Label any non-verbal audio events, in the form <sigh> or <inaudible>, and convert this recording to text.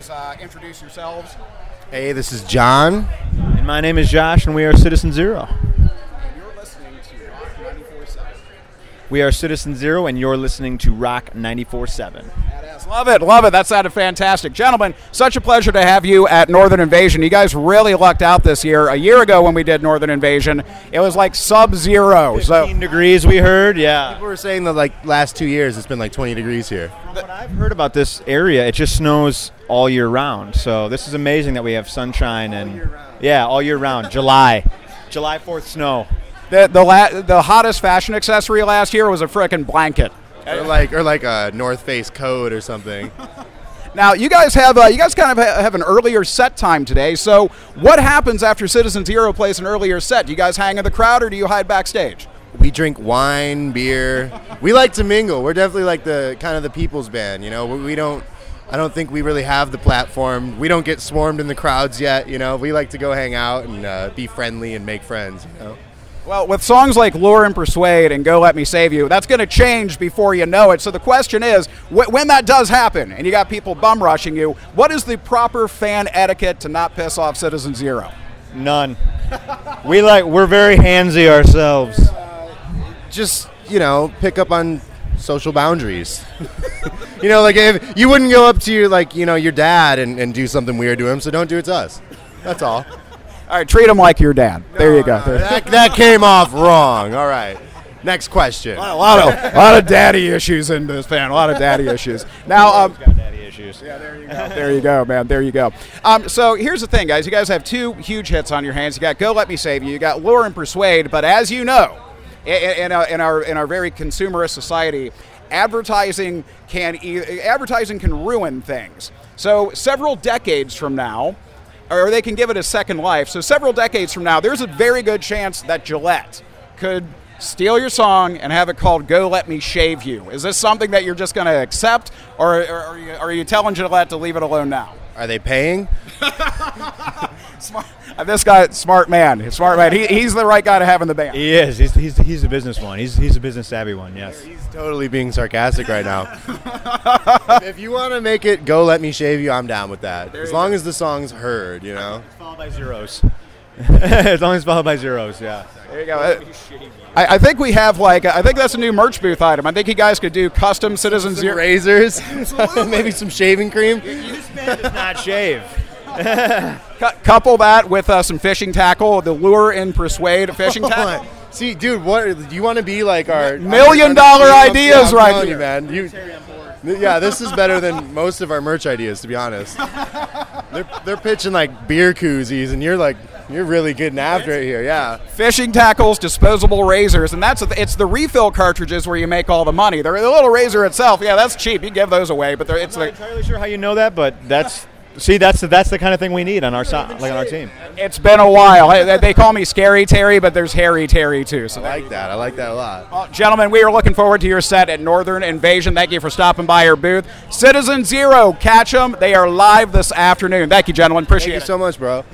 guys uh, introduce yourselves. Hey, this is John. And my name is Josh, and we are Citizen Zero. And you're listening to Rock 94.7. We are Citizen Zero, and you're listening to Rock 94.7. Badass. Love it, love it. That sounded fantastic. Gentlemen, such a pleasure to have you at Northern Invasion. You guys really lucked out this year. A year ago when we did Northern Invasion, it was like sub zero. So 15 degrees, we heard, yeah. We were saying that like last two years, it's been like 20 degrees here. From what I've heard about this area, it just snows all year round. So this is amazing that we have sunshine and yeah, all year round. July, July 4th snow. the the, la- the hottest fashion accessory last year was a frickin' blanket. Or like or like a North Face coat or something. Now you guys have uh, you guys kind of ha- have an earlier set time today. So what happens after Citizen Zero plays an earlier set? Do you guys hang in the crowd or do you hide backstage? We drink wine, beer. We like to mingle. We're definitely like the kind of the people's band, you know. We we don't I don't think we really have the platform. We don't get swarmed in the crowds yet, you know. We like to go hang out and uh, be friendly and make friends, you know. Well, with songs like Lure and Persuade and Go Let Me Save You, that's going to change before you know it. So the question is, wh- when that does happen and you got people bum rushing you, what is the proper fan etiquette to not piss off Citizen Zero? <laughs> None. We like we're very handsy ourselves. just you know pick up on social boundaries <laughs> you know like if you wouldn't go up to your like you know your dad and, and do something weird to him so don't do it to us that's all All right, treat them like your dad. there you go. that, that came off wrong all right next question <laughs> a lot of a lot of daddy issues in this fan. A lot of daddy issues. Now, um, Got daddy issues. there you go, man. There you go. Um, so here's the thing, guys. You guys have two huge hits on your hands. You got "Go Let Me Save You." You got "Lure and Persuade." But as you know, i- i- in, our- in our in our very consumerist society, advertising can e- advertising can ruin things. So several decades from now, or they can give it a second life. So several decades from now, there's a very good chance that Gillette could steal your song and have it called "Go Let Me Shave You." Is this something that you're just going to accept, or, or are, you, are you telling Gillette to leave it alone now? are they paying Uh, <laughs> This guy, smart man, smart man. He, he's the right guy to have in the band. He is. He's, he's, he's a business one. He's, he's a business savvy one. Yes. he's totally being sarcastic right now if you want to make it go let me shave you i'm down with that as long as the song's heard you know Followed by zeros. <laughs> as long as followed by zeros. Yeah. There you go. Uh, I, I think we have like I think that's a new merch booth item. I think you guys could do custom Citizen some Zero. razors <laughs> maybe some shaving cream Not shave. Cou- couple that with uh, some fishing tackle, the lure and persuade fishing Oh tackle. See, dude, what do you want to be like our Million our- dollar I'm- ideas I'm right telling here. you, man. You- yeah, this is better than most of our merch ideas, to be honest. they're they're pitching like beer koozies, and you're like you're really getting after it here. Yeah, fishing tackles, disposable razors, and that's it's the refill cartridges where you make all the money. The, the little razor itself, yeah, that's cheap. You give those away, but they're- it's Not the, entirely sure how you know that, but that's see that's that's the kind of thing we need on our so, like on our team. it's been a while. Hey, They call me Scary Terry, but there's Harry Terry too. So, I like that. I like that a lot. well, gentlemen, we are looking forward to your set at Northern Invasion. Thank you for stopping by our booth. Citizen Zero, catch them. They are live this afternoon. Thank you, gentlemen. Appreciate Thank you it. so much, bro.